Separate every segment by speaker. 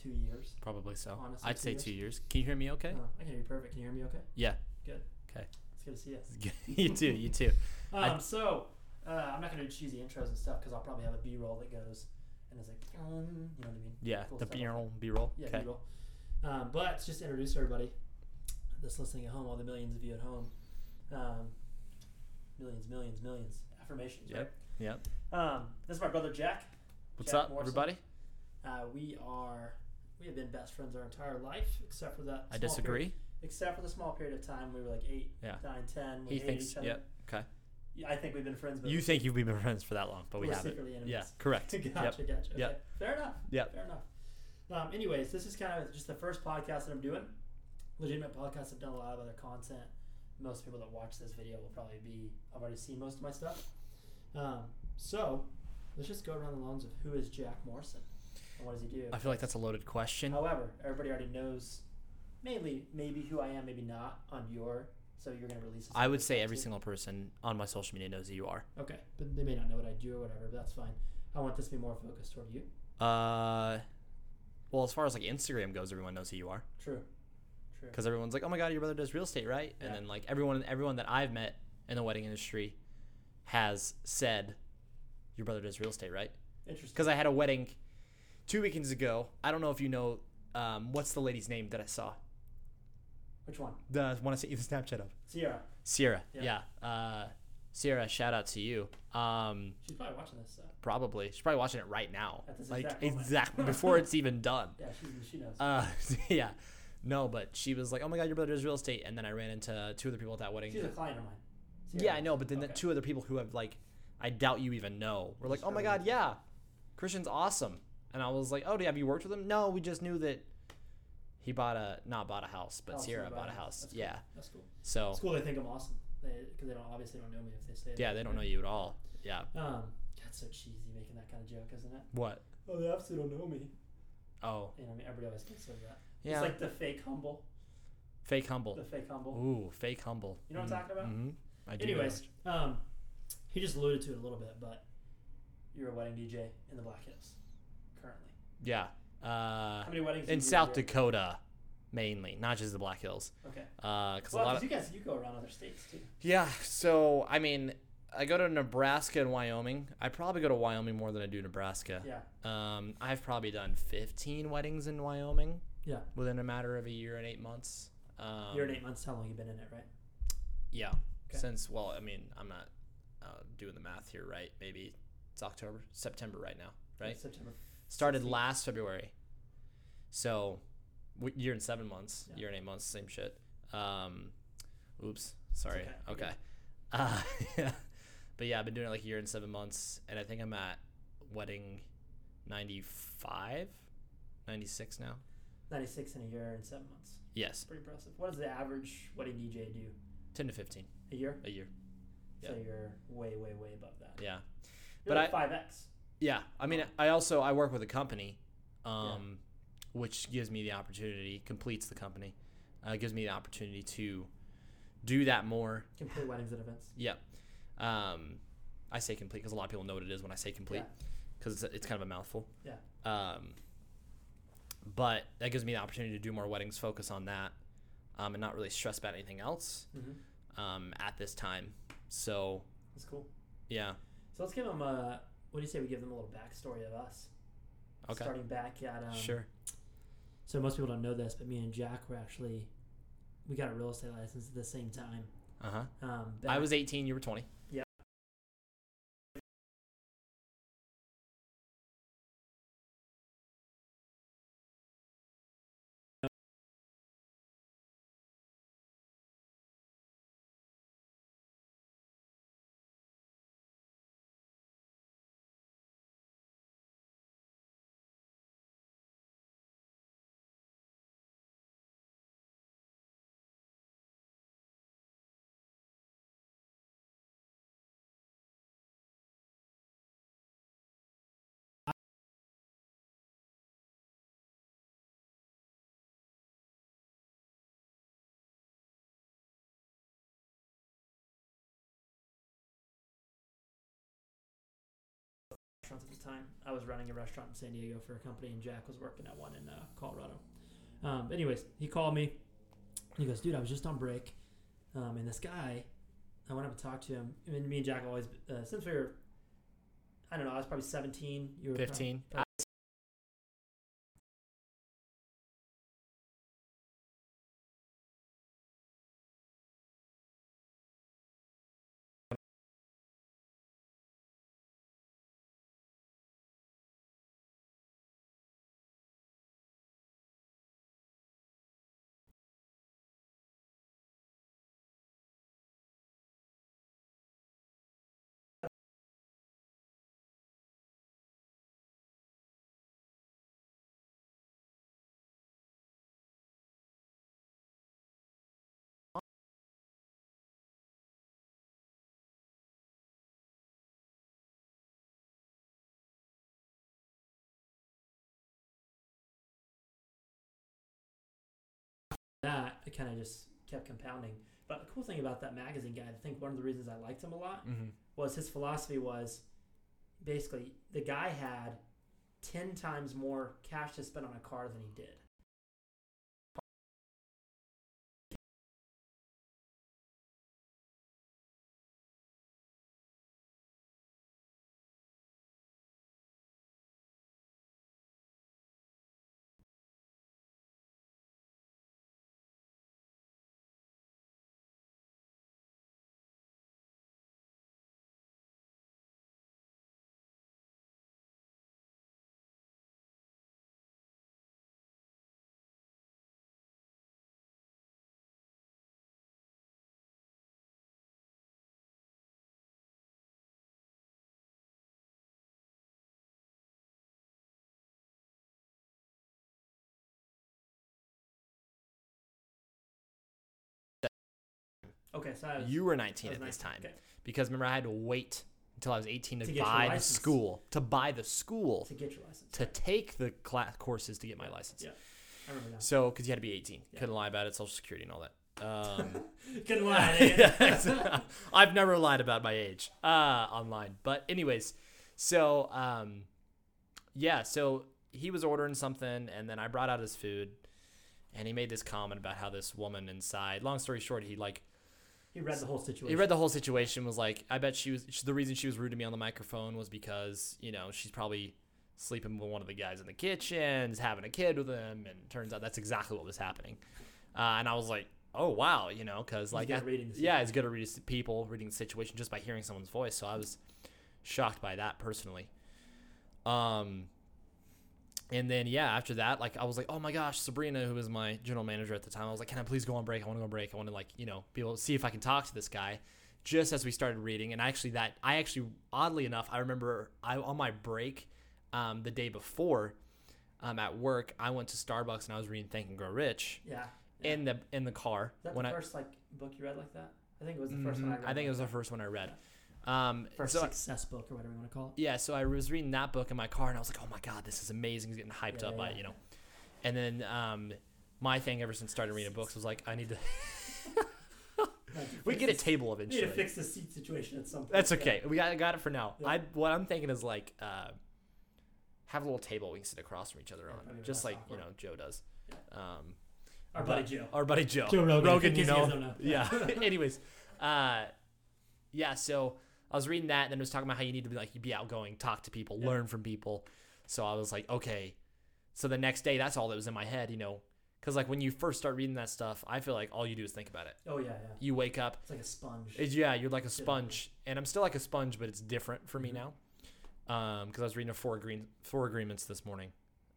Speaker 1: two years.
Speaker 2: Probably so.
Speaker 1: Honestly,
Speaker 2: I'd
Speaker 1: two
Speaker 2: say
Speaker 1: years.
Speaker 2: two years. Can you hear me okay?
Speaker 1: Uh, I can hear you perfect. Can you hear me okay?
Speaker 2: Yeah.
Speaker 1: Good.
Speaker 2: Okay.
Speaker 1: It's good to see us.
Speaker 2: you too. You too.
Speaker 1: Um, so uh, I'm not gonna do cheesy intros and stuff because I'll probably have a B-roll that goes and it's like, um, you know what I mean?
Speaker 2: Yeah.
Speaker 1: Cool
Speaker 2: the
Speaker 1: stuff.
Speaker 2: B roll. B roll.
Speaker 1: Yeah,
Speaker 2: Okay.
Speaker 1: B-roll. Um, but just to introduce everybody that's listening at home, all the millions of you at home, um, millions, millions, millions affirmations.
Speaker 2: Yep. Yep.
Speaker 1: Right? Um, this is my brother Jack.
Speaker 2: What's
Speaker 1: Jack
Speaker 2: up,
Speaker 1: Morrison.
Speaker 2: everybody?
Speaker 1: Uh, we are we have been best friends our entire life, except for that.
Speaker 2: I
Speaker 1: small
Speaker 2: disagree.
Speaker 1: Period, except for the small period of time we were like eight,
Speaker 2: Yeah.
Speaker 1: nine, ten. We
Speaker 2: He
Speaker 1: hated
Speaker 2: thinks.
Speaker 1: Each other.
Speaker 2: Yep. Okay.
Speaker 1: Yeah, I think we've been friends, but
Speaker 2: You think you've been friends for that long, but we
Speaker 1: we're
Speaker 2: haven't.
Speaker 1: secretly enemies.
Speaker 2: Yeah. Correct.
Speaker 1: gotcha,
Speaker 2: Yep.
Speaker 1: gotcha. Okay.
Speaker 2: Yep.
Speaker 1: Fair enough.
Speaker 2: Yep.
Speaker 1: Fair enough. Um, anyways, this is kind of just the first podcast that I'm doing. Legitimate podcasts. I've done a lot of other content. Most people that watch this video will probably be. I've already seen most of my stuff. Um, so let's just go around the lines of who is Jack Morrison and what does he do.
Speaker 2: I feel like that's a loaded question.
Speaker 1: However, everybody already knows mainly maybe who I am, maybe not on your. So you're gonna release. this
Speaker 2: I
Speaker 1: on
Speaker 2: would
Speaker 1: your
Speaker 2: say
Speaker 1: site
Speaker 2: every
Speaker 1: too?
Speaker 2: single person on my social media knows who you are.
Speaker 1: Okay, but they may not know what I do or whatever. But that's fine. I want this to be more focused toward you.
Speaker 2: Uh, well, as far as like Instagram goes, everyone knows who you are
Speaker 1: True. True.
Speaker 2: because everyone's like, "Oh my god, your brother does real estate, right?"
Speaker 1: Yeah.
Speaker 2: And then like everyone, everyone that I've met in the wedding industry has said, "Your brother does real estate, right?"
Speaker 1: Interesting.
Speaker 2: Because I had a wedding two weekends ago. I don't know if you know um, what's the lady's name that I saw.
Speaker 1: Which one?
Speaker 2: The one I sent you the Snapchat of.
Speaker 1: Sierra.
Speaker 2: Sierra.
Speaker 1: Yeah.
Speaker 2: Yeah. Uh, Sierra, shout out to you. Um,
Speaker 1: She's probably watching this. So.
Speaker 2: probably she's probably watching it right now.
Speaker 1: At this
Speaker 2: like
Speaker 1: exact moment.
Speaker 2: exactly before it's even done.
Speaker 1: Yeah, she's, she knows.
Speaker 2: Uh, yeah. No, but she was like, "Oh my God, your brother does real estate," and then I ran into two other people at that wedding.
Speaker 1: she's a client of mine.
Speaker 2: yeah, I know, but then the
Speaker 1: Okay.
Speaker 2: two other people who have like, I doubt you even know. We're like,
Speaker 1: Just
Speaker 2: "Oh my
Speaker 1: heard
Speaker 2: God, yeah, Christian's awesome," and I was like, "Oh, do have you worked with him?" No, we just knew that he bought a not bought a house, but
Speaker 1: Oh, so
Speaker 2: Sierra
Speaker 1: they
Speaker 2: bought a house.
Speaker 1: That's cool.
Speaker 2: Yeah,
Speaker 1: That's cool.
Speaker 2: so
Speaker 1: It's cool. They think I'm awesome. Because they, don't obviously don't know me if they say that.
Speaker 2: Oh. yeah, they don't know you at all. Yeah,
Speaker 1: Um, that's so cheesy making that kind of joke, isn't it?
Speaker 2: what?
Speaker 1: Oh, they absolutely don't know me.
Speaker 2: Oh,
Speaker 1: You know, I mean, everybody always thinks of that.
Speaker 2: yeah,
Speaker 1: It's like the fake humble.
Speaker 2: fake humble.
Speaker 1: The fake humble.
Speaker 2: Ooh, fake humble.
Speaker 1: You know what I'm talking about?
Speaker 2: Mm-hmm. I do. know.
Speaker 1: Anyways, um, he just alluded to it a little bit, but you're a wedding DJ in the Black Hills currently.
Speaker 2: yeah, uh,
Speaker 1: How many weddings? do you
Speaker 2: in
Speaker 1: do a
Speaker 2: South
Speaker 1: year?
Speaker 2: Dakota, mainly, not just the Black Hills.
Speaker 1: Okay.
Speaker 2: because
Speaker 1: Well,
Speaker 2: a lot
Speaker 1: 'cause
Speaker 2: of
Speaker 1: you guys you go around other states too.
Speaker 2: yeah. So I mean, I go to Nebraska and Wyoming. I probably go to Wyoming more than I do Nebraska.
Speaker 1: Yeah.
Speaker 2: Um, I've probably done fifteen weddings in Wyoming.
Speaker 1: Yeah.
Speaker 2: Within a matter of a year and eight months. Um,
Speaker 1: You're in eight months. How long you been in it, right?
Speaker 2: Yeah.
Speaker 1: Okay.
Speaker 2: Since well, I mean, I'm not uh, doing the math here, right? Maybe it's October, September right now, right?
Speaker 1: September.
Speaker 2: Started
Speaker 1: 16.
Speaker 2: last February. So, w- year and seven months,
Speaker 1: Yeah.
Speaker 2: year and eight months, same shit. Um, oops, sorry.
Speaker 1: okay.
Speaker 2: Okay. Uh, but yeah, I've been doing it like a year and seven months, and I think I'm at wedding 95, 96 now.
Speaker 1: 96 in a year and seven months.
Speaker 2: Yes,
Speaker 1: It's pretty impressive. What does the average wedding DJ do?
Speaker 2: 10 to 15
Speaker 1: A year?
Speaker 2: a year.
Speaker 1: So
Speaker 2: Yeah.
Speaker 1: you're way, way, way above that.
Speaker 2: Yeah.
Speaker 1: You're
Speaker 2: But
Speaker 1: like 5X.
Speaker 2: Yeah, I mean, I also I work with a company, um, which gives me the opportunity, completes the company, uh, gives me the opportunity to do that more.
Speaker 1: Complete weddings and events.
Speaker 2: Yep. Um, I say complete because a lot of people know what it is when I say complete because it's, it's kind of a mouthful.
Speaker 1: Yeah.
Speaker 2: Um, but that gives me the opportunity to do more weddings, focus on that, um, and not really stress about anything else
Speaker 1: Mm-hmm.
Speaker 2: um, at this time. So
Speaker 1: That's cool.
Speaker 2: yeah,
Speaker 1: So let's give them a, what do you say we give them a little backstory of us?
Speaker 2: okay,
Speaker 1: Starting back at, um,
Speaker 2: sure,
Speaker 1: so most people don't know this, but me and Jack were actually, we got a real estate license at the same time.
Speaker 2: uh huh.
Speaker 1: Um,
Speaker 2: I
Speaker 1: back-
Speaker 2: was 18, you were 20.
Speaker 1: restaurants at the time. I was running a restaurant in San Diego for a company, and Jack was working at one in uh, Colorado. Um, anyways, he called me. He goes, "Dude, I was just on break, um, and this guy, I went up and talked to him. And me and Jack always uh, since we were, I don't know, I was probably seventeen. You were Oh. prob-
Speaker 2: 15.
Speaker 1: prob- that it kind of just kept compounding. But the cool thing about that magazine guy, I think one of the reasons I liked him a lot
Speaker 2: hmm
Speaker 1: was his philosophy was basically the guy had 10 times more cash to spend on a car than he did. Okay, so I was,
Speaker 2: You were
Speaker 1: I
Speaker 2: 19
Speaker 1: was
Speaker 2: at this
Speaker 1: 19,
Speaker 2: time
Speaker 1: okay,
Speaker 2: because remember I had to wait until I was 18 to,
Speaker 1: To get your
Speaker 2: buy the
Speaker 1: license.
Speaker 2: school to buy the school
Speaker 1: to get your license.
Speaker 2: to take the class courses to get my license.
Speaker 1: Yeah. I remember that.
Speaker 2: So because you had to be 18,
Speaker 1: Yeah.
Speaker 2: couldn't lie about it, Social Security and all that. Um,
Speaker 1: Good lie. dude.
Speaker 2: I've never lied about my age uh, online. But anyways, so um, yeah, so he was ordering something, and then I brought out his food, and he made this comment about how this woman inside. Long story short, he like
Speaker 1: he read the whole situation.
Speaker 2: he read the whole situation was like, I bet she was she, the reason she was rude to me on the microphone was because you know she's probably sleeping with one of the guys in the kitchen, is having a kid with him, and turns out that's exactly what was happening. Uh, and I was like, oh wow, you know, because like
Speaker 1: good
Speaker 2: I-
Speaker 1: at reading the
Speaker 2: yeah, it's good at reading people, reading the situation just by hearing someone's voice. So I was shocked by that personally. Um, and then yeah, after that, like I was like, oh my gosh, Sabrina, who was my general manager at the time, I was like, can I please go on break? I want to go on break. I want to like you know be able to see if I can talk to this guy. Just as we started reading, and actually that I actually oddly enough, I remember I on my break, um, the day before, um, at work, I went to Starbucks and I was reading Think and Grow Rich
Speaker 1: yeah.
Speaker 2: in the in the car
Speaker 1: Is that
Speaker 2: when
Speaker 1: the
Speaker 2: I
Speaker 1: first like book you read like that? I think it was the first one I
Speaker 2: Mhm.
Speaker 1: read.
Speaker 2: think it was
Speaker 1: like
Speaker 2: the first one I read. Um,
Speaker 1: that. first
Speaker 2: so I-
Speaker 1: success book or whatever you want to call it.
Speaker 2: yeah, so I was reading that book in my car, and I was like, "Oh my god, this is amazing!" He's getting hyped
Speaker 1: Yeah,
Speaker 2: up
Speaker 1: yeah,
Speaker 2: by it,
Speaker 1: yeah.
Speaker 2: you know. And then um, my thing ever since starting reading books was like, I need to.
Speaker 1: Like, you
Speaker 2: We
Speaker 1: fix
Speaker 2: get a
Speaker 1: this-
Speaker 2: table
Speaker 1: you need to
Speaker 2: eventually.
Speaker 1: fix the seat situation at some point.
Speaker 2: That's
Speaker 1: yeah.
Speaker 2: okay. We got, got it for now.
Speaker 1: Yeah.
Speaker 2: I what I'm thinking is like, uh, have a little table we can sit across from each other
Speaker 1: Yeah,
Speaker 2: on,
Speaker 1: probably
Speaker 2: just
Speaker 1: less
Speaker 2: like you
Speaker 1: awkward.
Speaker 2: know Joe does. Um,
Speaker 1: Our
Speaker 2: but-
Speaker 1: buddy Joe.
Speaker 2: Our buddy Joe.
Speaker 1: Joe Rogan, in
Speaker 2: you
Speaker 1: case
Speaker 2: know.
Speaker 1: guys don't know.
Speaker 2: Yeah. Anyways, uh, yeah. So I was reading that, and then it was talking about how you need to be like be outgoing, talk to people,
Speaker 1: Yeah.
Speaker 2: learn from people. So I was like, okay. So the next day, that's all that was in my head, you know, because like when you first start reading that stuff, I feel like all you do is think about it.
Speaker 1: Oh yeah, yeah.
Speaker 2: You wake up,
Speaker 1: It's like a sponge.
Speaker 2: it's, yeah, you're like a sponge, and I'm still like a sponge, but it's different for me
Speaker 1: Mhm.
Speaker 2: now. Um, because I was reading the four agree- four agreements this morning.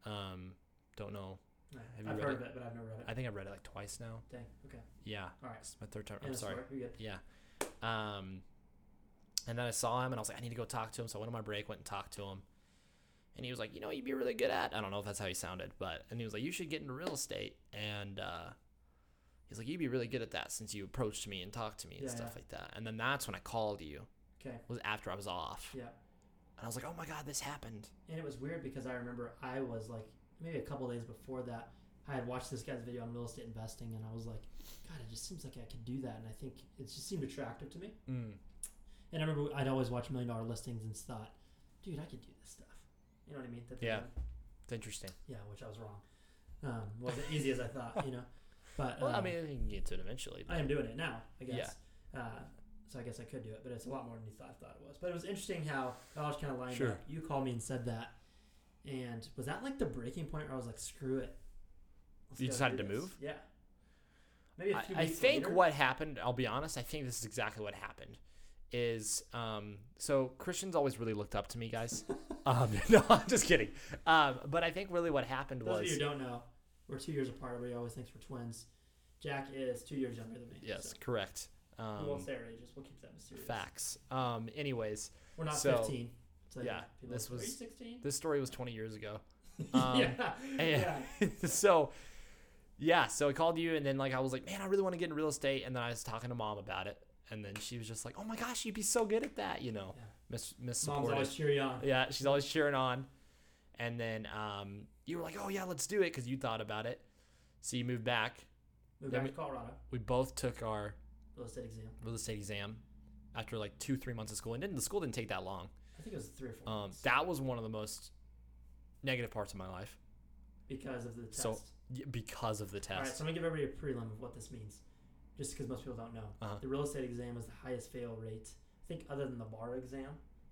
Speaker 2: Um, don't know.
Speaker 1: Yeah.
Speaker 2: have you
Speaker 1: I've
Speaker 2: read
Speaker 1: heard
Speaker 2: it?
Speaker 1: of it, but I've never read it.
Speaker 2: I think I've read it like twice now.
Speaker 1: Dang. Okay.
Speaker 2: Yeah,
Speaker 1: All right.
Speaker 2: it's my third time.
Speaker 1: Yeah,
Speaker 2: I'm
Speaker 1: that's
Speaker 2: sorry.
Speaker 1: all right. You're good.
Speaker 2: Yeah. Um, and then I saw him and I was like, I need to go talk to him. So I went on my break, went and talked to him. And he was like, you know, what you'd be really good at. I don't know if that's how he sounded, but, and he was like, you should get into real estate. And, uh, he's like, you'd be really good at that since you approached me and talked to me and
Speaker 1: Yeah,
Speaker 2: stuff
Speaker 1: yeah.
Speaker 2: like that. And then that's when I called you
Speaker 1: Okay.
Speaker 2: was after I was off.
Speaker 1: Yeah.
Speaker 2: And I was like, oh my God, this happened.
Speaker 1: And it was weird because I remember I was like maybe a couple days before that I had watched this guy's video on real estate investing and I was like, God, it just seems like I could do that. And I think it just seemed attractive to me.
Speaker 2: Mm.
Speaker 1: And I remember I'd always watch million dollar listings and thought, dude, I could do this stuff. You know what I mean? That they
Speaker 2: Yeah.
Speaker 1: done.
Speaker 2: It's interesting.
Speaker 1: Yeah, which I was wrong. Um, wasn't easy as I thought, you know. But
Speaker 2: Well, I
Speaker 1: um,
Speaker 2: mean, you can get to it eventually.
Speaker 1: I
Speaker 2: But
Speaker 1: am doing it now, I
Speaker 2: Yeah.
Speaker 1: guess. Uh, so I guess I could do it, but it's a lot more than you thought, thought it was. But it was interesting how it all just kind of lined
Speaker 2: Sure.
Speaker 1: up. You called me and said that, and was that like the breaking point where I was like, "Screw it"? Let's
Speaker 2: You
Speaker 1: go
Speaker 2: decided
Speaker 1: do
Speaker 2: to
Speaker 1: this.
Speaker 2: move?
Speaker 1: Yeah. Maybe a
Speaker 2: I,
Speaker 1: few
Speaker 2: I
Speaker 1: weeks
Speaker 2: think
Speaker 1: later.
Speaker 2: what happened, I'll be honest, I think this is exactly what happened. Is um so Christians always really looked up to me, guys. um no, I'm just kidding. Um but I think really what happened
Speaker 1: Those of
Speaker 2: was
Speaker 1: you who don't know, we're two years apart. Everybody always thinks we're twins. Jack is two years younger than me.
Speaker 2: Yes,
Speaker 1: so
Speaker 2: correct.
Speaker 1: we won't
Speaker 2: Um
Speaker 1: say our ages. We'll keep that mysterious.
Speaker 2: facts. Um anyways,
Speaker 1: We're not
Speaker 2: So,
Speaker 1: 15. So
Speaker 2: yeah,
Speaker 1: people
Speaker 2: this
Speaker 1: are, "Are you
Speaker 2: was-
Speaker 1: 16?
Speaker 2: this story was 20 years ago. Um,
Speaker 1: yeah.
Speaker 2: and- so yeah so i called you and then like i was like man i really want to get in real estate and then i was talking to mom about it and then she was just like oh my gosh you'd be so good at that you know
Speaker 1: Yeah.
Speaker 2: miss miss
Speaker 1: Mom's
Speaker 2: supported
Speaker 1: always cheery on.
Speaker 2: yeah she's always cheering on and then um you were like oh yeah let's do it because you thought about it so you moved back
Speaker 1: Moved
Speaker 2: Then
Speaker 1: back
Speaker 2: we-
Speaker 1: to Colorado.
Speaker 2: we both took our
Speaker 1: Real estate exam.
Speaker 2: real estate exam after like two three months of school and didn't the school didn't take that long
Speaker 1: I think it was three or four.
Speaker 2: um
Speaker 1: months
Speaker 2: that was one of the most negative parts of my life
Speaker 1: because of the test.
Speaker 2: so, y- because of the
Speaker 1: All right,
Speaker 2: test
Speaker 1: so I'm gonna give everybody a prelim of what this means, just because most people don't know.
Speaker 2: Uh-huh.
Speaker 1: The real estate exam was the highest fail rate, I think, other than the bar exam,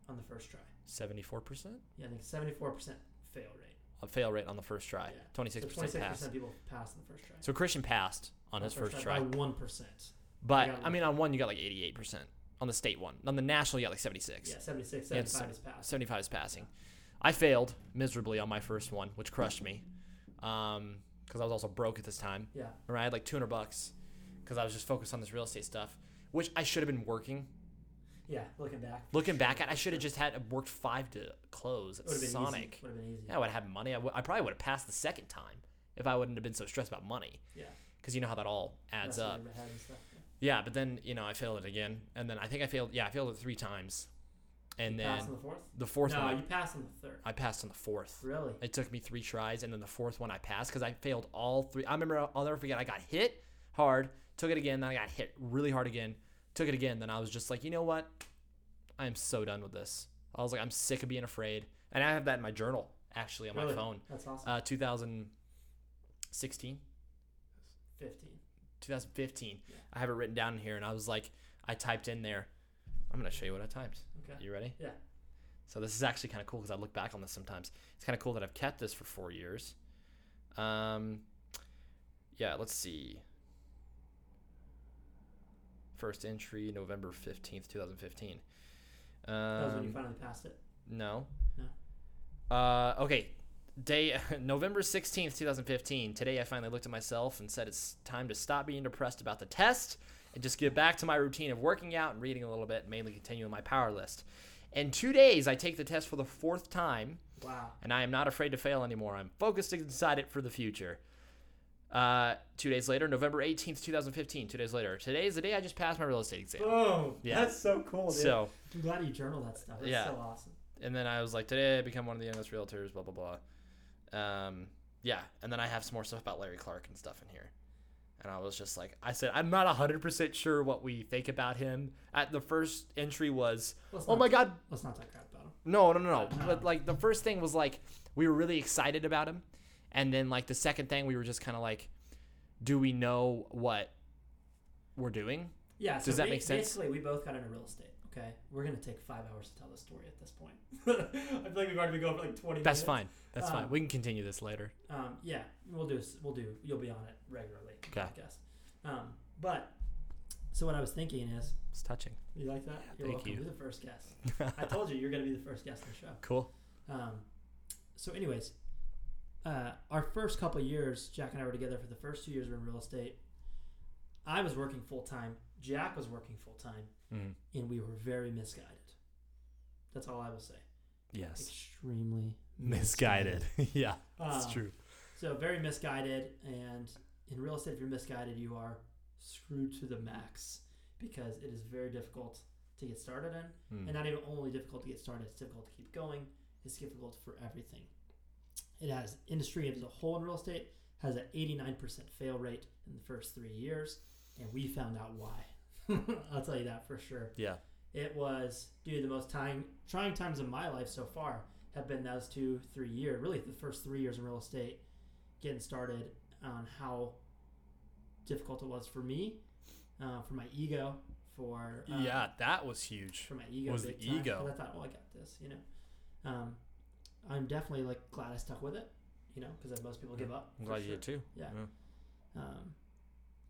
Speaker 1: on the first try.
Speaker 2: 74%
Speaker 1: Yeah, I think 74% fail rate.
Speaker 2: a fail rate on the first try.
Speaker 1: Yeah.
Speaker 2: Twenty six
Speaker 1: so 26%
Speaker 2: percent pass.
Speaker 1: people passed on the first try.
Speaker 2: So Christian passed on his first try,
Speaker 1: by one percent.
Speaker 2: but
Speaker 1: I got
Speaker 2: I mean, on one you got like eighty eight percent. On the state one, on the national you got like seventy six.
Speaker 1: Yeah, 76,
Speaker 2: Yeah, it's
Speaker 1: 75 is passed.
Speaker 2: Seventy five is passing. I failed miserably on my first one, which crushed me, because I was also broke at this time.
Speaker 1: Yeah,
Speaker 2: Or I had like two hundred bucks, because I was just focused on this real estate stuff, which I should have been working.
Speaker 1: yeah. Looking back,
Speaker 2: Looking back at, I should have just had worked five to close
Speaker 1: it
Speaker 2: at
Speaker 1: would have been
Speaker 2: Sonic.
Speaker 1: easy. Would have been easy.
Speaker 2: Yeah, I would have had money. I would- I probably would have passed the second time if I wouldn't have been so stressed about money.
Speaker 1: Yeah.
Speaker 2: Because you know how that all adds
Speaker 1: Messing
Speaker 2: up.
Speaker 1: with your head and stuff, yeah.
Speaker 2: Yeah, but then, you know, I failed it again. And then I think I failed, yeah, I failed it three times. And
Speaker 1: You
Speaker 2: then
Speaker 1: passed on the fourth.
Speaker 2: the fourth
Speaker 1: no,
Speaker 2: one,
Speaker 1: you passed on the third.
Speaker 2: I, I passed on the fourth.
Speaker 1: Really?
Speaker 2: It took me three tries. And then the fourth one, I passed because I failed all three. I remember, I'll never forget, I got hit hard, took it again, then I got hit really hard again, took it again. Then I was just like, you know what? I am so done with this. I was like, I'm sick of being afraid. And I have that in my journal, actually, on my
Speaker 1: Really?
Speaker 2: phone
Speaker 1: That's awesome.
Speaker 2: uh, 2016,
Speaker 1: 15.
Speaker 2: 2015.
Speaker 1: Yeah.
Speaker 2: I have it written down in here, and I was like, I typed in there. I'm gonna show you what I typed.
Speaker 1: Okay.
Speaker 2: You ready?
Speaker 1: Yeah.
Speaker 2: So this is actually kind of cool because I look back on this sometimes. It's kind of cool that I've kept this for four years. Um, yeah. Let's see. First entry, November 15th, 2015. Um,
Speaker 1: That was when you finally passed it.
Speaker 2: no.
Speaker 1: No.
Speaker 2: Uh, okay. Day November 16th, 2015. Today I finally looked at myself and said it's time to stop being depressed about the test and just get back to my routine of working out and reading a little bit, mainly continuing my power list. In 2 days I take the test for the fourth time
Speaker 1: Wow.
Speaker 2: and I am not afraid to fail anymore. I'm focused and decided for the future. Uh, 2 days later, November 18th, 2015. 2 days later. Today is the day I just passed my real estate exam.
Speaker 1: Boom.
Speaker 2: Yeah.
Speaker 1: That's so cool, dude.
Speaker 2: So,
Speaker 1: I'm glad you journal that stuff. That's
Speaker 2: Yeah.
Speaker 1: so awesome.
Speaker 2: and then I was like, today I become one of the youngest realtors, blah blah blah. Um, yeah, and then I have some more stuff about Larry Clark and stuff in here. And I was just like, I said, I'm not 100% sure what we think about him. At the first entry was,
Speaker 1: Let's
Speaker 2: oh
Speaker 1: not-
Speaker 2: my God,
Speaker 1: Let's not talk crap about him.
Speaker 2: no, no, no,
Speaker 1: Uh,
Speaker 2: no.
Speaker 1: no.
Speaker 2: But like the first thing was like, we were really excited about him. And then like the second thing, we were just kind of like, do we know what we're doing?
Speaker 1: Yeah. So
Speaker 2: Does that
Speaker 1: ba-
Speaker 2: make sense?
Speaker 1: Basically, we both got into real estate. Okay. We're gonna take five hours to tell this story at this point. I feel like we've already been going for like 20.
Speaker 2: That's
Speaker 1: minutes.
Speaker 2: fine. That's
Speaker 1: Um,
Speaker 2: fine. We can continue this later.
Speaker 1: Um, yeah, we'll do. We'll do. You'll be on it regularly.
Speaker 2: Okay.
Speaker 1: I guess. Um, but so what I was thinking is,
Speaker 2: It's touching.
Speaker 1: you like that? You're
Speaker 2: thank
Speaker 1: welcome.
Speaker 2: you.
Speaker 1: You're the first guest. I told you you're gonna be the first guest on the show.
Speaker 2: Cool.
Speaker 1: Um, so, anyways, uh, our first couple years, Jack and I were together for the first two years we were in real estate. I was working full time. Jack was working full time,
Speaker 2: Mm,
Speaker 1: and we were very misguided. That's all I will say.
Speaker 2: yes.
Speaker 1: Extremely
Speaker 2: Misguided. Uh, yeah,
Speaker 1: Um,
Speaker 2: that's true.
Speaker 1: So very misguided, and in real estate, if you're misguided, you are screwed to the max because it is very difficult to get started in.
Speaker 2: Hmm.
Speaker 1: and not even only difficult to get started, it's difficult to keep going. It's difficult for everything. It has industry as a whole in real estate has an 89% fail rate in the first three years, and we found out why. I'll tell you that for sure.
Speaker 2: yeah.
Speaker 1: It was, dude, the most tying, trying times of my life so far have been those two, three year, really the first three years in real estate, getting started on how difficult it was for me, uh, for my ego, for um,
Speaker 2: yeah, that was huge.
Speaker 1: for my ego
Speaker 2: was
Speaker 1: big
Speaker 2: the
Speaker 1: time,
Speaker 2: ego.
Speaker 1: 'cause I thought, well, I got this, you know. Um, I'm definitely like glad I stuck with it, you know, because most people give up.
Speaker 2: I'm
Speaker 1: for
Speaker 2: glad you
Speaker 1: sure.
Speaker 2: did too.
Speaker 1: Yeah. Um,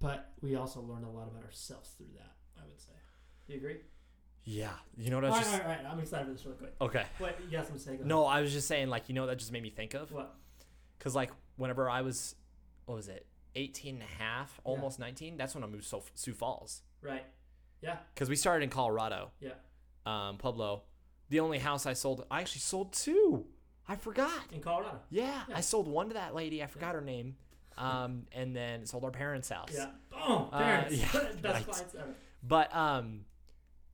Speaker 1: but we also learned a lot about ourselves through that. I would say. Do you agree?
Speaker 2: Yeah. You know what I
Speaker 1: All
Speaker 2: was
Speaker 1: right,
Speaker 2: just
Speaker 1: all right, all right. I'm excited for this really quick.
Speaker 2: okay.
Speaker 1: Wait, you got some to say? Go
Speaker 2: No, I was just saying like you know what that just made me think
Speaker 1: ahead.
Speaker 2: of
Speaker 1: What?
Speaker 2: because like whenever I was what was it 18 and a half,
Speaker 1: Yeah.
Speaker 2: almost 19. That's when I moved to Sul- Sioux Falls.
Speaker 1: Right.
Speaker 2: because we started in Colorado.
Speaker 1: Yeah.
Speaker 2: Um, Pueblo. The only house I sold, I actually sold two. I forgot.
Speaker 1: In Colorado.
Speaker 2: Yeah,
Speaker 1: Yeah.
Speaker 2: I sold one to that lady. I forgot her name. Um, and then sold our parents' house.
Speaker 1: Yeah. Boom.
Speaker 2: Uh,
Speaker 1: Parents.
Speaker 2: yeah,
Speaker 1: Best
Speaker 2: right.
Speaker 1: clients ever.
Speaker 2: But um,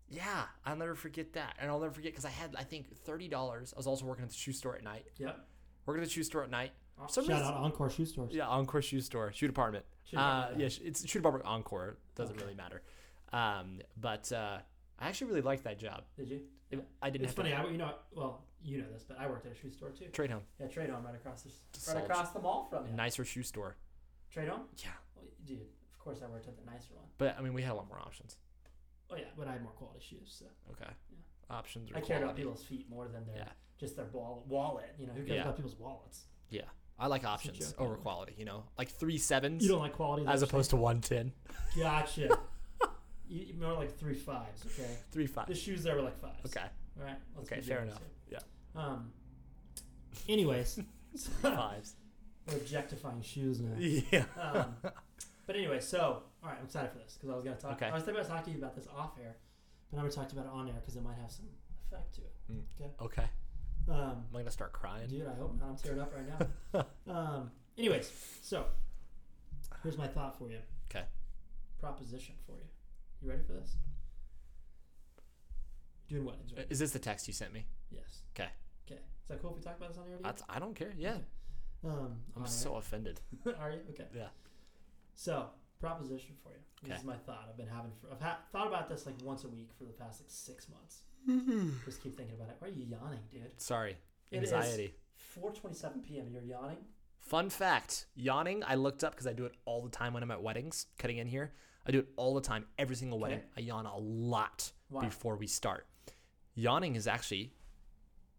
Speaker 2: yeah, I'll never forget that, and I'll never forget because I had I think thirty dollars. I was also working at the shoe store at night.
Speaker 1: Yep.
Speaker 2: Working at the shoe store at night.
Speaker 1: Oh,
Speaker 2: some
Speaker 1: Shout
Speaker 2: reason-
Speaker 1: out Encore Shoe Stores.
Speaker 2: Yeah, Encore Shoe Store, Shoe Department.
Speaker 1: Shoe
Speaker 2: uh,
Speaker 1: department,
Speaker 2: yeah, sh- it's Shoe Department Encore. Doesn't
Speaker 1: Okay.
Speaker 2: really matter. Um, but uh, I actually really liked that job.
Speaker 1: Did you?
Speaker 2: It- I didn't
Speaker 1: It's
Speaker 2: have
Speaker 1: funny.
Speaker 2: to
Speaker 1: I, you know, well, you know this, but I worked at a shoe store too.
Speaker 2: trade home.
Speaker 1: Yeah, Trade Home right across the, right
Speaker 2: Solid.
Speaker 1: across the mall from you.
Speaker 2: Nicer shoe store.
Speaker 1: Trade Home?
Speaker 2: Yeah.
Speaker 1: Well, dude, of course I worked at the nicer one.
Speaker 2: But I mean, we had a lot more options.
Speaker 1: Oh yeah, but I had more quality shoes, so
Speaker 2: Okay.
Speaker 1: Yeah.
Speaker 2: Options. Or
Speaker 1: I cared about
Speaker 2: quality.
Speaker 1: people's feet more than their
Speaker 2: Yeah.
Speaker 1: just their wall, wallet. You know, who cares
Speaker 2: Yeah.
Speaker 1: about people's wallets?
Speaker 2: I like
Speaker 1: a
Speaker 2: options
Speaker 1: joke,
Speaker 2: over
Speaker 1: yeah.
Speaker 2: quality. You know, like three sevens
Speaker 1: You don't like quality
Speaker 2: as
Speaker 1: though, so-
Speaker 2: opposed to one ten.
Speaker 1: Gotcha. you you more like three fives, okay?
Speaker 2: Three
Speaker 1: The
Speaker 2: five.
Speaker 1: shoes there were like fives.
Speaker 2: Uh, Okay.
Speaker 1: All right. Let's
Speaker 2: Okay,
Speaker 1: be
Speaker 2: fair
Speaker 1: generous
Speaker 2: enough.
Speaker 1: here. Um. Anyways, so-
Speaker 2: Fives.
Speaker 1: we're objectifying shoes now.
Speaker 2: Yeah.
Speaker 1: Um, but anyway, so all right, I'm excited for this because I was gonna talk.
Speaker 2: Okay.
Speaker 1: I was thinking about talking about this off air, but I'm gonna talk to you about it on air because it might have some effect to it.
Speaker 2: Okay. Am
Speaker 1: Um,
Speaker 2: I gonna start crying?
Speaker 1: dude, I hope not. I'm tearing up right now. um, anyways, so here's my thought for you.
Speaker 2: 'Kay.
Speaker 1: Proposition for you. You ready for this? Doing what?
Speaker 2: Uh,
Speaker 1: Enjoy.
Speaker 2: Is this the text you sent me?
Speaker 1: Yes.
Speaker 2: 'Kay.
Speaker 1: Okay. Is that cool if we talk about this on the air? dude?
Speaker 2: That's, I don't care. Yeah.
Speaker 1: Okay. Um,
Speaker 2: I'm
Speaker 1: on air?
Speaker 2: so offended.
Speaker 1: Are you okay?
Speaker 2: Yeah.
Speaker 1: So proposition for you. This
Speaker 2: Okay.
Speaker 1: is my thought. I've been having. For, I've ha- thought about this like once a week for the past like six months. Just keep thinking about it. Why are you yawning, dude?
Speaker 2: Sorry.
Speaker 1: It is-
Speaker 2: Anxiety.
Speaker 1: 4:27 p.m. You're yawning.
Speaker 2: Fun fact: yawning. I looked up because I do it all the time when I'm at weddings. Cutting in here. I do it all the time. Every single wedding. I yawn a lot.
Speaker 1: Why?
Speaker 2: before we start. Yawning is actually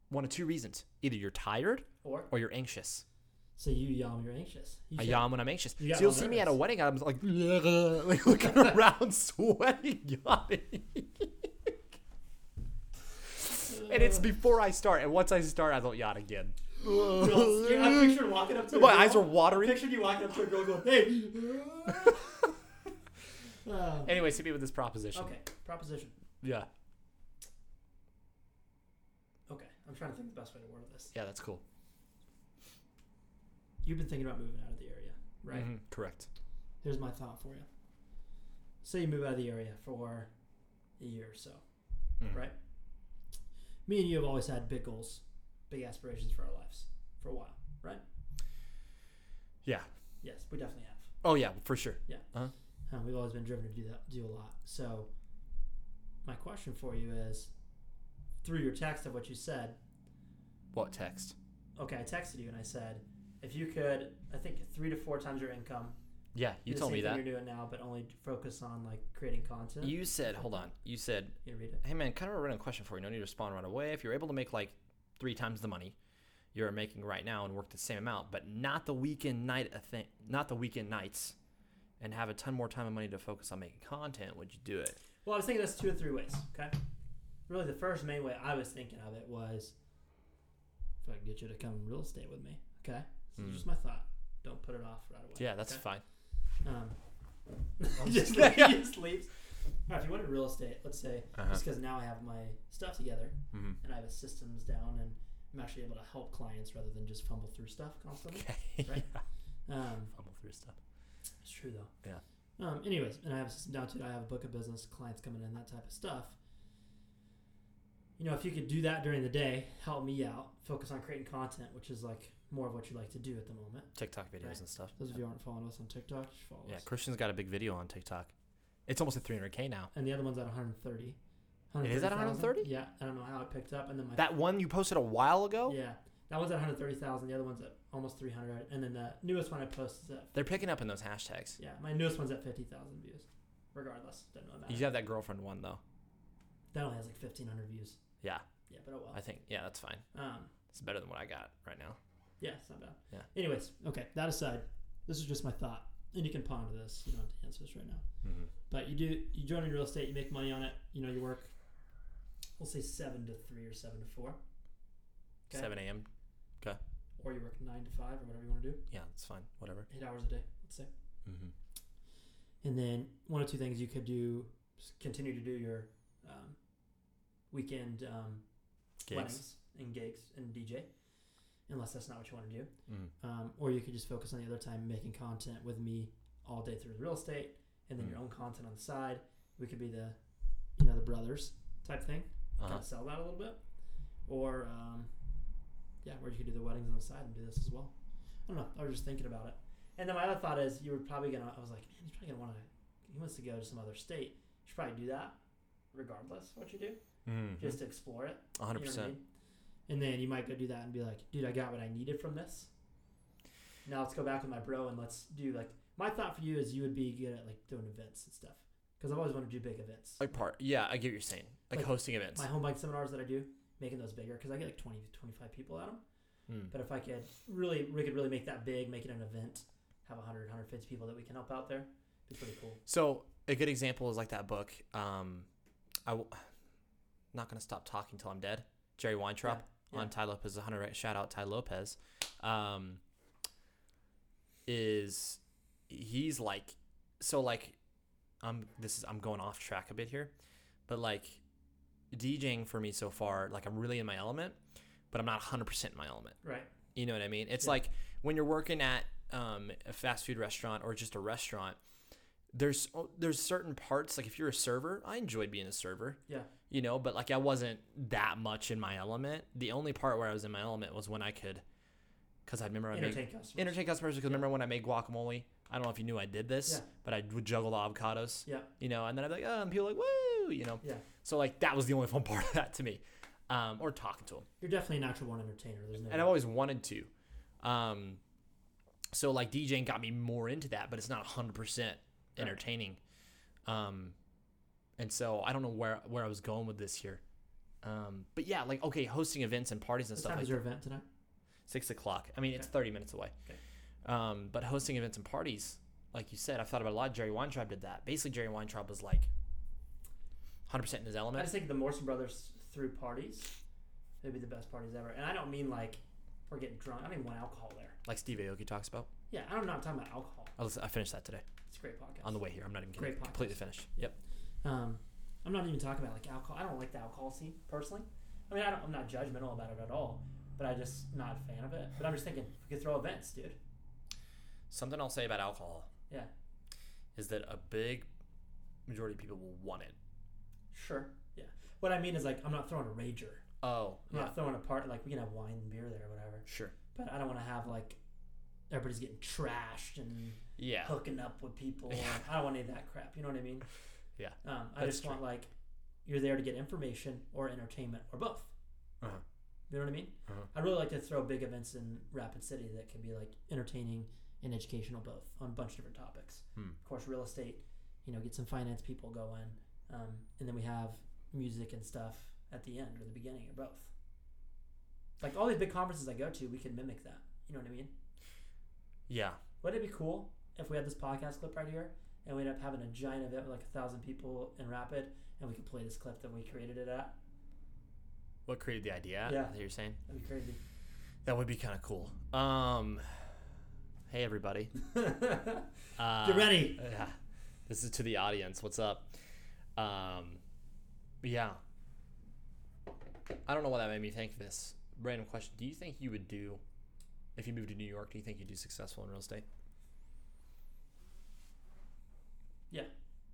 Speaker 2: one of two reasons. Either you're tired
Speaker 1: or
Speaker 2: or you're anxious.
Speaker 1: so you yawn. when You're anxious. You
Speaker 2: I
Speaker 1: should-
Speaker 2: yawn when I'm anxious.
Speaker 1: You got
Speaker 2: so you'll
Speaker 1: all
Speaker 2: see me at a
Speaker 1: nervous.
Speaker 2: wedding, I'm like, like looking around, sweating, yawning. and it's before I start. And once I start, I don't yawn again.
Speaker 1: You're all scared. I pictured walking up to. a
Speaker 2: My
Speaker 1: girl-
Speaker 2: eyes
Speaker 1: I
Speaker 2: are watering.
Speaker 1: pictured you walking up to a girl going, "Hey." Um,
Speaker 2: Anyway, hit me with this proposition.
Speaker 1: okay. Proposition.
Speaker 2: Yeah.
Speaker 1: Okay. I'm trying to think the best way to word this.
Speaker 2: Yeah, that's cool.
Speaker 1: You've been thinking about moving out of the area, right?
Speaker 2: Mhm, Correct.
Speaker 1: here's my thought for you. Say you move out of the area for a year or so.
Speaker 2: Mm.
Speaker 1: Right. Me and you have always had big goals, big aspirations for our lives for a while, right?
Speaker 2: Yeah.
Speaker 1: Yes, we definitely have.
Speaker 2: Oh, yeah, for sure.
Speaker 1: Um, we've always been driven to do that, do a lot. So, my question for you is, through your text of what you said,
Speaker 2: What text?
Speaker 1: okay, I texted you and I said, if you could, I think three to four times your income,
Speaker 2: Yeah,
Speaker 1: do
Speaker 2: you
Speaker 1: the
Speaker 2: told
Speaker 1: same
Speaker 2: me
Speaker 1: thing
Speaker 2: that.
Speaker 1: you're doing now, but only focus on like creating content.
Speaker 2: You said, hold on. You said
Speaker 1: you read it.
Speaker 2: Hey man, kind of a random question for you. No need to respond right away. If you're able to make like three times the money you're making right now and work the same amount, but not the weekend night a thing, not the weekend nights, and have a ton more time and money to focus on making content, would you do it?
Speaker 1: Well, I was thinking this two or three ways. Okay. Really, the first main way I was thinking of it was if I could get you to come real estate with me. Okay. This
Speaker 2: Mm.
Speaker 1: is just my thought. Don't put it off right away.
Speaker 2: Yeah, that's
Speaker 1: okay?
Speaker 2: fine.
Speaker 1: Um, just, like, he just leaves. All right, if you wanted real estate, let's say,
Speaker 2: Uh-huh.
Speaker 1: just because now I have my stuff together
Speaker 2: hmm
Speaker 1: and I have a systems down and I'm actually able to help clients rather than just fumble through stuff constantly.
Speaker 2: Okay.
Speaker 1: Right. Um,
Speaker 2: Fumble through stuff.
Speaker 1: it's true though.
Speaker 2: Yeah.
Speaker 1: Um, anyways, and I have a system down to it. I have a book of business, clients coming in, that type of stuff. You know, if you could do that during the day, help me out. Focus on creating content, which is like more of what you like to do at the moment.
Speaker 2: TikTok videos
Speaker 1: Right.
Speaker 2: and stuff.
Speaker 1: Those of you who aren't following us on TikTok, you should follow
Speaker 2: Yeah,
Speaker 1: us.
Speaker 2: Christian's got a big video on TikTok. It's almost at 300k now.
Speaker 1: And the other one's at 130.
Speaker 2: It is at
Speaker 1: 130,000?
Speaker 2: 130?
Speaker 1: Yeah, I don't know how it picked up, and then my
Speaker 2: That one you posted a while ago?
Speaker 1: yeah, that one's at 130,000. The other one's at almost 300, and then the newest one I posted is at
Speaker 2: They're picking up in those hashtags.
Speaker 1: yeah, my newest one's at 50,000 views. Regardless, doesn't really matter.
Speaker 2: You have that girlfriend one though.
Speaker 1: That only has like 1,500 views.
Speaker 2: Yeah.
Speaker 1: Yeah, but oh well.
Speaker 2: I think yeah, that's fine.
Speaker 1: Um,
Speaker 2: It's better than what I got right now.
Speaker 1: yeah, it's not bad.
Speaker 2: Yeah.
Speaker 1: Anyways, okay. That aside, this is just my thought, and you can ponder this. You don't have to answer this right now. But you do you join in real estate, you make money on it. You know, you work. We'll say seven to three or seven to four, Okay.
Speaker 2: Seven a.m.
Speaker 1: or you work nine to five or whatever you want to do.
Speaker 2: Yeah, it's fine. Whatever.
Speaker 1: Eight hours a day, let's say.
Speaker 2: Mm-hmm.
Speaker 1: And then one or two things you could do, s- continue to do your um, weekend um, weddings and gigs and DJ, unless that's not what you want to do.
Speaker 2: Mm-hmm.
Speaker 1: Um, or you could just focus on the other time making content with me all day through real estate, and then your
Speaker 2: Mm.
Speaker 1: own content on the side. We could be the, you know, the brothers type thing.
Speaker 2: Uh-huh.
Speaker 1: Kind of sell that a little bit, or um, yeah, where you could do the weddings on the side and do this as well. I don't know. I was just thinking about it, and then my other thought is you were probably gonna. I was like, man, he's probably gonna want to. He wants to go to some other state. You should probably do that, regardless of what you do, just to explore it. You know
Speaker 2: One Mm-hmm. hundred
Speaker 1: what I
Speaker 2: percent.
Speaker 1: mean? And then you might go do that and be like, dude, I got what I needed from this. Now let's go back with my bro and let's do like my thought for you is you would be good at like doing events and stuff because I've always wanted to do big events.
Speaker 2: Like part. Yeah, I get what you're saying. Like,
Speaker 1: Like,
Speaker 2: hosting events.
Speaker 1: my home bike seminars that I do, making those bigger because I get like 20, 25 people at them.
Speaker 2: Mm.
Speaker 1: But if I could really, we could really make that big, make it an event, have 100, 150 people that we can help out there, be pretty cool.
Speaker 2: So a good example is like that book. Um, I w- not gonna stop talking till I'm dead. Jerry Weintraub
Speaker 1: Yeah,
Speaker 2: on
Speaker 1: yeah.
Speaker 2: Ty Lopez. the Hunter shout out Ty Lopez. Um, is he's like so like I'm this is I'm going off track a bit here, but like DJing for me so far like I'm really in my element, but I'm not 100 percent in my element.
Speaker 1: Right.
Speaker 2: You know what I mean? It's
Speaker 1: Yeah.
Speaker 2: like when you're working at um, a fast food restaurant or just a restaurant. There's oh, there's certain parts like if you're a server, I enjoyed being a server,
Speaker 1: Yeah.
Speaker 2: you know, but like I wasn't that much in my element. The only part where I was in my element was when I could, because I remember I made
Speaker 1: Entertain customers.
Speaker 2: entertain customers. Because remember when I made guacamole? I don't know if you knew I did this,
Speaker 1: Yeah.
Speaker 2: but I would juggle the avocados,
Speaker 1: Yeah.
Speaker 2: you know, and then I'd be like, oh, and people like, woo, you know.
Speaker 1: Yeah.
Speaker 2: So like that was the only fun part of that to me, um, or talking to them
Speaker 1: You're definitely a natural born entertainer. There's no.
Speaker 2: and I've always wanted to. Um, so like DJing got me more into that, but it's not 100% entertaining. Um, and so I don't know where where I was going with this here. Um, but yeah, like okay, hosting events and parties and
Speaker 1: what
Speaker 2: stuff
Speaker 1: time
Speaker 2: like
Speaker 1: is your event tonight?
Speaker 2: six o'clock. I mean, it's
Speaker 1: Okay.
Speaker 2: 30 minutes away.
Speaker 1: Okay.
Speaker 2: Um, but hosting events and parties, like you said, I've thought about it a lot. Jerry Weintraub did that. Basically, Jerry Weintraub was like 100% in his
Speaker 1: I
Speaker 2: element.
Speaker 1: just think the Morrison brothers through parties, they'd be the best parties ever. And I don't mean like we're getting drunk. I don't even want alcohol there.
Speaker 2: like Steve Aoki talks about.
Speaker 1: Yeah, I don't know. I'm talking about alcohol.
Speaker 2: I, listen, I finished that today
Speaker 1: It's a great podcast.
Speaker 2: on the way here. I'm not even kidding.
Speaker 1: Great podcast.
Speaker 2: completely finished. Yep.
Speaker 1: um, I'm not even talking about like alcohol. I don't like the alcohol scene personally. I mean, I don't, I'm not judgmental about it at all, but I just not a fan of it. But I'm just thinking we could throw events, dude.
Speaker 2: Something I'll say about alcohol.
Speaker 1: Yeah.
Speaker 2: Is that a big majority of people will want it.
Speaker 1: Sure. Yeah. What I mean is like I'm not throwing a rager.
Speaker 2: Oh,
Speaker 1: I'm not throwing a part like we can have wine and beer there or whatever.
Speaker 2: Sure.
Speaker 1: But I don't want to have like everybody's getting trashed and
Speaker 2: Yeah.
Speaker 1: hooking up with people.
Speaker 2: Yeah.
Speaker 1: I don't want any of that crap. You know what I mean?
Speaker 2: Yeah.
Speaker 1: Um, I
Speaker 2: That's
Speaker 1: just want like you're there to get information or entertainment or both.
Speaker 2: Uh-huh.
Speaker 1: You know what I mean?
Speaker 2: Uh-huh.
Speaker 1: I'd really like to throw big events in Rapid City that can be like entertaining and educational both on a bunch of different topics.
Speaker 2: Hmm.
Speaker 1: Of course, real estate. You know, get some finance people going, um, and then we have music and stuff at the end or the beginning or both. Like all these big conferences I go to, we can mimic that. You know what I mean?
Speaker 2: Yeah.
Speaker 1: Wouldn't it be cool if we had this podcast clip right here and we end up having a giant event with like a thousand people in Rapid and we could play this clip that we created it at?
Speaker 2: What created the idea
Speaker 1: Yeah.
Speaker 2: that you're saying?
Speaker 1: That'd be crazy.
Speaker 2: That would be kind of cool. Um, hey everybody. Uh,
Speaker 1: Get ready.
Speaker 2: Yeah. This is to the audience. What's up? Um, yeah. I don't know why that made me think of this. Random question. Do you think you would do, if you moved to New York, do you think you'd do successful in real estate?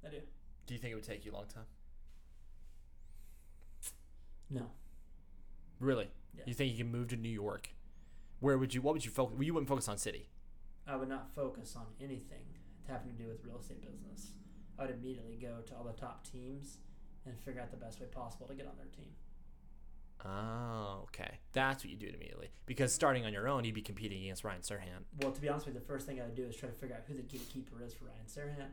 Speaker 1: I do.
Speaker 2: Do you think it would take you a long time?
Speaker 1: No.
Speaker 2: Really?
Speaker 1: Yeah.
Speaker 2: You think you can move to New York? Where would you? What would you focus? Well, you wouldn't focus on city.
Speaker 1: I would not focus on anything having to do with real estate business. I would immediately go to all the top teams and figure out the best way possible to get on their team.
Speaker 2: Oh, okay. That's what you do it immediately. Because starting on your own, you'd be competing against Ryan Serhant.
Speaker 1: Well, to be honest with you, the first thing I would do is try to figure out who the gatekeeper is for Ryan Serhant,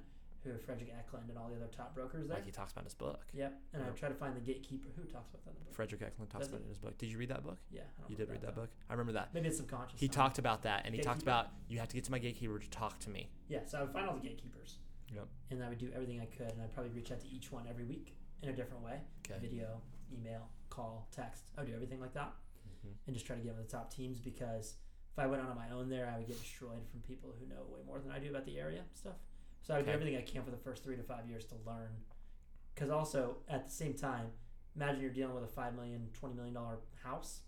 Speaker 1: who Frederick Eklund and all the other top brokers there.
Speaker 2: Like he talks about in his book.
Speaker 1: Yep, and I would
Speaker 2: Yep.
Speaker 1: try to find the gatekeeper who talks about that in the book.
Speaker 2: Frederick Eklund talks
Speaker 1: Does
Speaker 2: about it in his book. Did you read that book?
Speaker 1: Yeah, I don't
Speaker 2: You did read
Speaker 1: remember
Speaker 2: that book? I remember that.
Speaker 1: Maybe it's subconscious. I
Speaker 2: He
Speaker 1: don't
Speaker 2: talked about that and he talked
Speaker 1: Gatekeeper.
Speaker 2: about you have to get to my gatekeeper to talk to me.
Speaker 1: know. Yeah, so I would find all the gatekeepers.
Speaker 2: Yep.
Speaker 1: And I would do everything I could, and I'd probably reach out to each one every week in a different way:
Speaker 2: Okay.
Speaker 1: video, email, call, text. I would do everything like that.
Speaker 2: Mm-hmm.
Speaker 1: and just try to get with the top teams because if I went out on my own there, I would get destroyed from people who know way more than I do about the area and stuff. So I would do
Speaker 2: Okay.
Speaker 1: everything I can for the first three to five years to learn. Because also, at the same time, imagine you're dealing with a $5 million, $20 million house.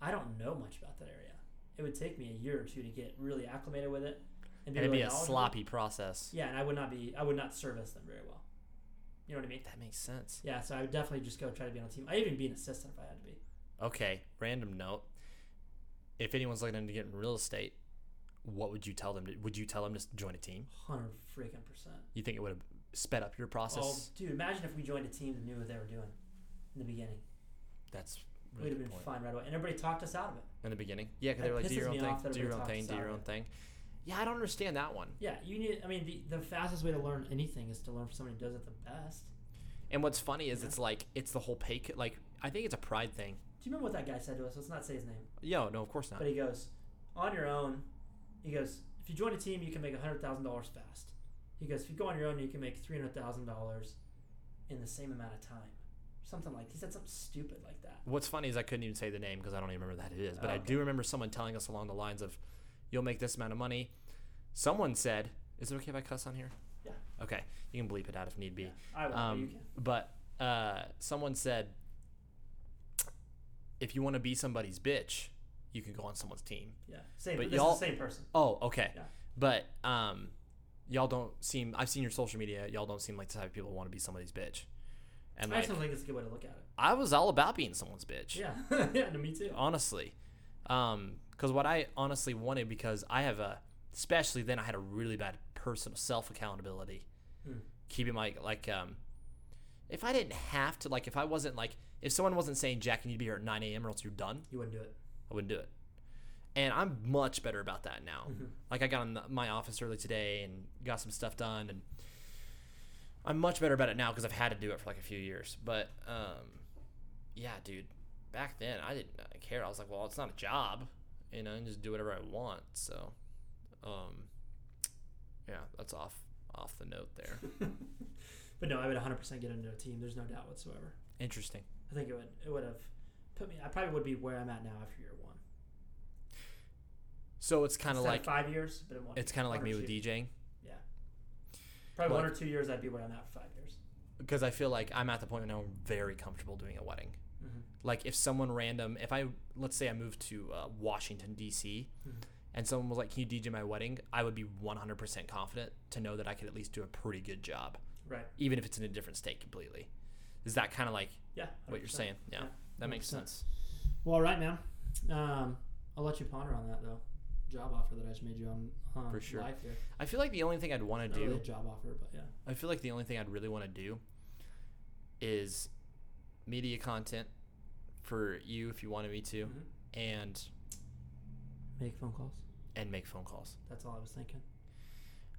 Speaker 1: I don't know much about that area. It would take me a year or two to get really acclimated with it. And
Speaker 2: It'd be
Speaker 1: really
Speaker 2: a
Speaker 1: knowledgeable.
Speaker 2: sloppy process.
Speaker 1: Yeah, and I would not be, I would not service them very well. You know what I mean?
Speaker 2: That makes sense.
Speaker 1: Yeah, so I would definitely just go try to be on a team. I'd even be an assistant if I had to be.
Speaker 2: Okay, random note. If anyone's looking to get in real estate, what would you tell them? To, would you tell them to s- join a team?
Speaker 1: 100 freaking percent.
Speaker 2: You think it would have sped up your
Speaker 1: Oh,
Speaker 2: process?
Speaker 1: dude, imagine if we joined a team that knew what they were doing in the beginning.
Speaker 2: That's
Speaker 1: We'd
Speaker 2: really
Speaker 1: have
Speaker 2: good
Speaker 1: been
Speaker 2: point.
Speaker 1: fine right away. And everybody talked us out of it.
Speaker 2: In the beginning, yeah, because
Speaker 1: That
Speaker 2: they were like, "Do
Speaker 1: pisses
Speaker 2: your own
Speaker 1: me
Speaker 2: thing,
Speaker 1: off that
Speaker 2: do your own
Speaker 1: everybody
Speaker 2: thing,
Speaker 1: talks
Speaker 2: do your
Speaker 1: about
Speaker 2: own thing." Yeah, I don't understand that one.
Speaker 1: Yeah, you need, I mean, the, the fastest way to learn anything is to learn from somebody who does it the best.
Speaker 2: And what's funny is
Speaker 1: Yeah.
Speaker 2: it's like it's the whole pay. co- Like I think it's a pride thing.
Speaker 1: Do you remember what that guy said to us? Let's not say his name.
Speaker 2: Yo, no, of course not.
Speaker 1: But he goes, on your own, he goes, if you join a team, you can make $100,000 fast. He goes, if you go on your own, you can make $300,000 in the same amount of time. Something like, he said something stupid like that.
Speaker 2: What's funny is I couldn't even say the name because I don't even remember that it is. But I
Speaker 1: Oh, Okay.
Speaker 2: do remember someone telling us along the lines of, "You'll make this amount of money." Someone said, "Is it okay if I cuss on here?"
Speaker 1: Yeah.
Speaker 2: Okay, you can bleep it out if need be.
Speaker 1: I will,
Speaker 2: Um,
Speaker 1: you can.
Speaker 2: But uh, someone said, "If you want to be somebody's bitch, you can go on someone's team."
Speaker 1: Yeah. Same,
Speaker 2: but
Speaker 1: this is the
Speaker 2: y'all-
Speaker 1: same person.
Speaker 2: Oh, okay.
Speaker 1: Yeah.
Speaker 2: But um, y'all don't seem. I've seen your social media. Y'all don't seem like the type of people who want to be somebody's bitch. And
Speaker 1: I
Speaker 2: like,
Speaker 1: just don't think it's a good way to look at it.
Speaker 2: I was all about being someone's bitch.
Speaker 1: Yeah, yeah, no, me too.
Speaker 2: Honestly, um, because what I honestly wanted, because I have a, especially then I had a really bad personal self accountability,
Speaker 1: Hmm.
Speaker 2: keeping my like um, if I didn't have to like if I wasn't like if someone wasn't saying Jack, you need to be here at nine a.m. or else you're done.
Speaker 1: You wouldn't do it.
Speaker 2: I wouldn't do it. And I'm much better about that now. Like I got in the, my office early today and got some stuff done, and I'm much better about it now because I've had to do it for like a few years. But um, yeah, dude, back then I didn't care. I was like, well, it's not a job, you know, and just do whatever I want. So, um, yeah, that's off off the note there.
Speaker 1: But no, I would 100% get into a team. There's no doubt whatsoever.
Speaker 2: Interesting.
Speaker 1: I think it would it would have put me. I probably would be where I'm at now after year one.
Speaker 2: So it's kind of
Speaker 1: Instead
Speaker 2: like
Speaker 1: five years, but in one.
Speaker 2: it's kind of like
Speaker 1: one or
Speaker 2: me with
Speaker 1: two.
Speaker 2: DJing.
Speaker 1: Probably one
Speaker 2: like-
Speaker 1: or two years, I'd be where I'm at for five years.
Speaker 2: because I feel like I'm at the point now where I'm very comfortable doing a wedding.
Speaker 1: Mhm.
Speaker 2: Like if someone random, if I let's say I moved to uh, Washington D.C.
Speaker 1: Mhm.
Speaker 2: and someone was like, "Can you DJ my wedding?" I would be 100% confident to know that I could at least do a pretty good job,
Speaker 1: Right.
Speaker 2: even if it's in a different state completely. Is that kind of like
Speaker 1: Yeah.
Speaker 2: what you are
Speaker 1: 100%.
Speaker 2: saying? Yeah,
Speaker 1: Yeah,
Speaker 2: that makes
Speaker 1: 100%.
Speaker 2: sense.
Speaker 1: Well, all right, man. Um, I'll let you ponder on that though. Job offer that I just made you on, on
Speaker 2: For sure.
Speaker 1: live here.
Speaker 2: I feel like the only thing I'd want
Speaker 1: Not
Speaker 2: to
Speaker 1: really
Speaker 2: do
Speaker 1: a job offer, but yeah.
Speaker 2: I feel like the only thing I'd really want to do is media content for you if you wanted me to,
Speaker 1: Mhm.
Speaker 2: and
Speaker 1: Make phone calls.
Speaker 2: and make phone calls.
Speaker 1: That's all I was thinking.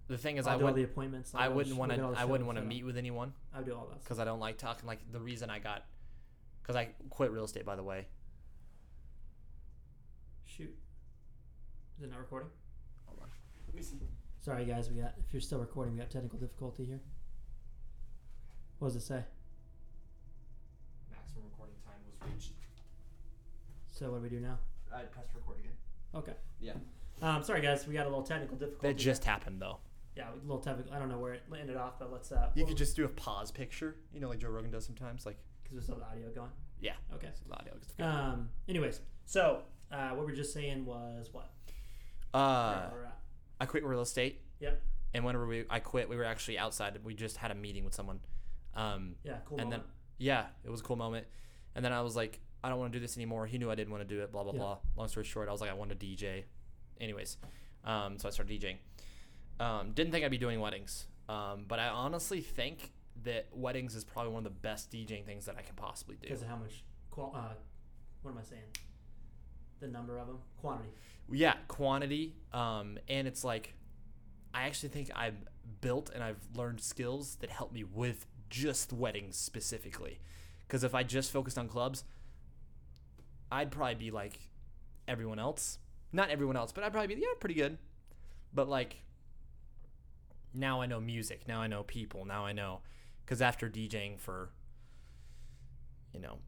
Speaker 2: The thing is,
Speaker 1: I'll
Speaker 2: I
Speaker 1: do all
Speaker 2: would
Speaker 1: the appointments.
Speaker 2: I wouldn't want to. I wouldn't want to
Speaker 1: to
Speaker 2: meet with anyone
Speaker 1: I would do all that. Stuff.
Speaker 2: because I don't like talking. Like the reason I got, because I quit real estate. By the way,
Speaker 1: Shoot. Is it not recording?
Speaker 2: Hold on.
Speaker 1: Sorry, guys. We got if you're still recording, we got technical difficulty here. What does it say?
Speaker 3: Maximum recording time was reached.
Speaker 1: So what do we do now?
Speaker 3: I pressed record again.
Speaker 1: Okay.
Speaker 3: Yeah.
Speaker 1: Um, sorry, guys. We got a little technical difficulty.
Speaker 2: that just happened though.
Speaker 1: yeah, a little technical. I don't know where it ended off, but let's uh,
Speaker 2: You could just do a pause picture, you know, like Joe Rogan does sometimes. Like
Speaker 1: because there's still the audio going.
Speaker 2: Yeah.
Speaker 1: Okay.
Speaker 2: audio.
Speaker 1: Um. Anyways, so uh, what we are just saying was what?
Speaker 2: Uh,
Speaker 1: Where we're at.
Speaker 2: I quit real estate.
Speaker 1: Yep.
Speaker 2: And whenever we, I quit, we were actually outside. We just had a meeting with someone. Um,
Speaker 1: Yeah. Cool.
Speaker 2: and
Speaker 1: moment.
Speaker 2: yeah, it was a cool moment. And then I was like, I don't want to do this anymore. He knew I didn't want to do it, blah, blah,
Speaker 1: Yeah.
Speaker 2: blah. Long story short, I was like, I want to DJ. Anyways, um, so I started DJing. Um, didn't think I'd be doing weddings, um, but I honestly think that weddings is probably one of the best DJing things that I can possibly do.
Speaker 1: because of how much qual- uh, what am I saying? The number of them, quantity.
Speaker 2: Yeah, quantity. Um, and it's like, I actually think I've built and I've learned skills that help me with just weddings specifically. Because if I just focused on clubs, I'd probably be like everyone else. Not everyone else, but I'd probably be, yeah, pretty good. But like, now I know music. Now I know people. Now I know. Because after DJing for, you know,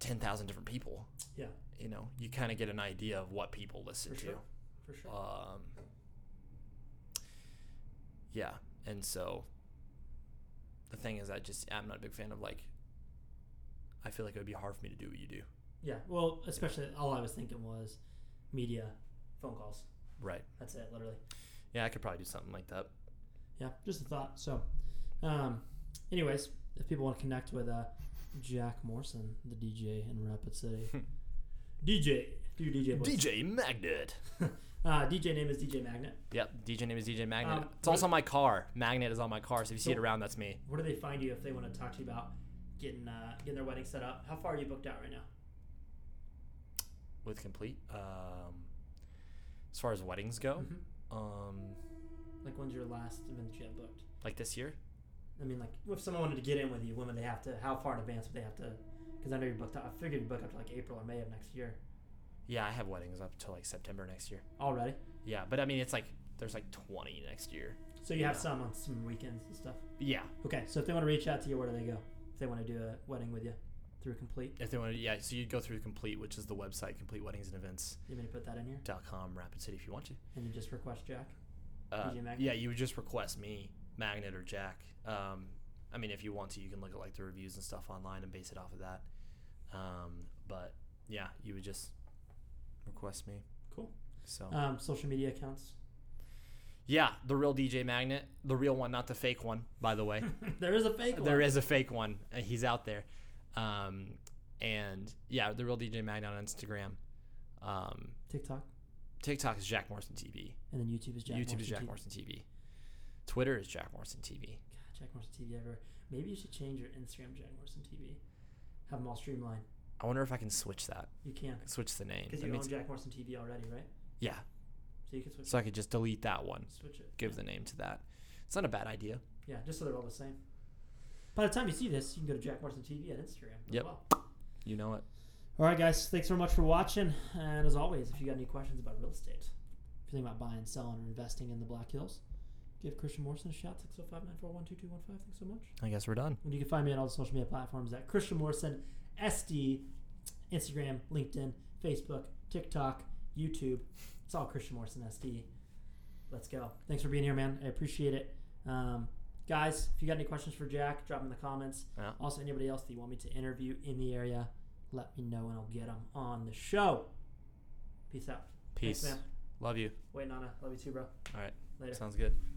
Speaker 2: 10,000 different people,
Speaker 1: Yeah,
Speaker 2: you know, you kind of get an idea of what people listen
Speaker 1: For
Speaker 2: to.
Speaker 1: sure. for sure.
Speaker 2: Um, yeah, and so the thing is, I just I'm not a big fan of like. I feel like it would be hard for me to do what you do.
Speaker 1: Yeah. Well, especially all I was thinking was media, phone calls.
Speaker 2: Right.
Speaker 1: That's it, literally.
Speaker 2: Yeah, I could probably do something like that.
Speaker 1: Yeah, just a thought. So, um, anyways, if people want to connect with uh, Jack Morrison, the DJ in Rapid City, DJ, do your DJ voice.
Speaker 2: DJ Magnet.
Speaker 1: uh, DJ name is DJ Magnet.
Speaker 2: Yep. DJ name is DJ Magnet.
Speaker 1: Um,
Speaker 2: it's also on my car. Magnet is on my car, so if you see it
Speaker 1: So-
Speaker 2: around, that's me.
Speaker 1: Where do they find you if they want to talk to you about getting uh, getting their wedding set up? How far are you booked out right now?
Speaker 2: With complete. Um, as far as weddings go,
Speaker 1: Mhm.
Speaker 2: um,
Speaker 1: Like, when's your last event that you have booked?
Speaker 2: like this year,
Speaker 1: I mean, like, if someone wanted to get in with you, when would they have to? How far in advance would they have to? Because I know you're booked up. I figured you booked up to like April or May of next year
Speaker 2: yeah, I have weddings up till like September next year.
Speaker 1: already.
Speaker 2: Yeah, but I mean, it's like there's like 20 next year.
Speaker 1: So you have
Speaker 2: Yeah.
Speaker 1: some on some weekends and stuff.
Speaker 2: Yeah,
Speaker 1: Okay, so if they want to reach out to you, where do they go? If they want to do a wedding with you through Complete,
Speaker 2: if they want to, yeah. So you go through Complete, which is the website, completeweddingandevents.com,
Speaker 1: you may put that in here
Speaker 2: Rapid City, if you want to.
Speaker 1: and you just request Jack.
Speaker 2: Uh,
Speaker 1: DJ Magnet?
Speaker 2: yeah, you would just request me, Magnet or Jack. Um, I mean, if you want to, you can look at like the reviews and stuff online and base it off of that. Um, but yeah, you would just request me.
Speaker 1: Cool.
Speaker 2: So
Speaker 1: Um, social media accounts.
Speaker 2: yeah, the real DJ Magnet, the real one, not the fake one, by the way.
Speaker 1: there is a fake one.
Speaker 2: There is a fake one. Uh, He's out there. Um, and yeah, the real DJ Magnet on Instagram. Um,
Speaker 1: TikTok,
Speaker 2: TikTok is Jack Morrison TV.
Speaker 1: and then YouTube is Jack.
Speaker 2: YouTube
Speaker 1: Morrison
Speaker 2: is Jack
Speaker 1: TV.
Speaker 2: Morrison TV. Twitter is Jack Morrison TV.
Speaker 1: God, Jack Morrison TV everywhere. Maybe you should change your Instagram, Jack Morrison TV. Have them all streamlined.
Speaker 2: I wonder if I can switch that.
Speaker 1: You can
Speaker 2: Switch the name.
Speaker 1: because
Speaker 2: That
Speaker 1: you own
Speaker 2: makes-
Speaker 1: Jack Morrison TV already, right?
Speaker 2: yeah.
Speaker 1: So you can switch
Speaker 2: So I could just delete that one,
Speaker 1: switch it.
Speaker 2: give the name to that. It's not a bad idea.
Speaker 1: Yeah, just so they're all the same. By the time you see this, you can go to Jack Morrison TV on Instagram as
Speaker 2: Yep.
Speaker 1: well.
Speaker 2: You know it.
Speaker 1: All right, guys. Thanks so much for watching. And as always, if you got any questions about real estate, if you think about buying, selling, or investing in the Black Hills, give Christian Morrison a shout. 605-941-2215. Thanks so much.
Speaker 2: I guess we're done.
Speaker 1: And you can find me on all the social media platforms at Christian Morrison SD, Instagram, LinkedIn, Facebook, TikTok, YouTube. It's all Christian Morrison SD. Let's go. Thanks for being here, man. I appreciate it. Um, guys, if you got any questions for Jack, drop them in the comments.
Speaker 2: Yeah.
Speaker 1: Also, anybody else that you want me to interview in the area, let me know and I'll get them on the show. Peace out.
Speaker 2: Peace.
Speaker 1: Thanks, man.
Speaker 2: Love you.
Speaker 1: Wait, Nana. Love you too, bro.
Speaker 2: All right.
Speaker 1: Later.
Speaker 2: Sounds good.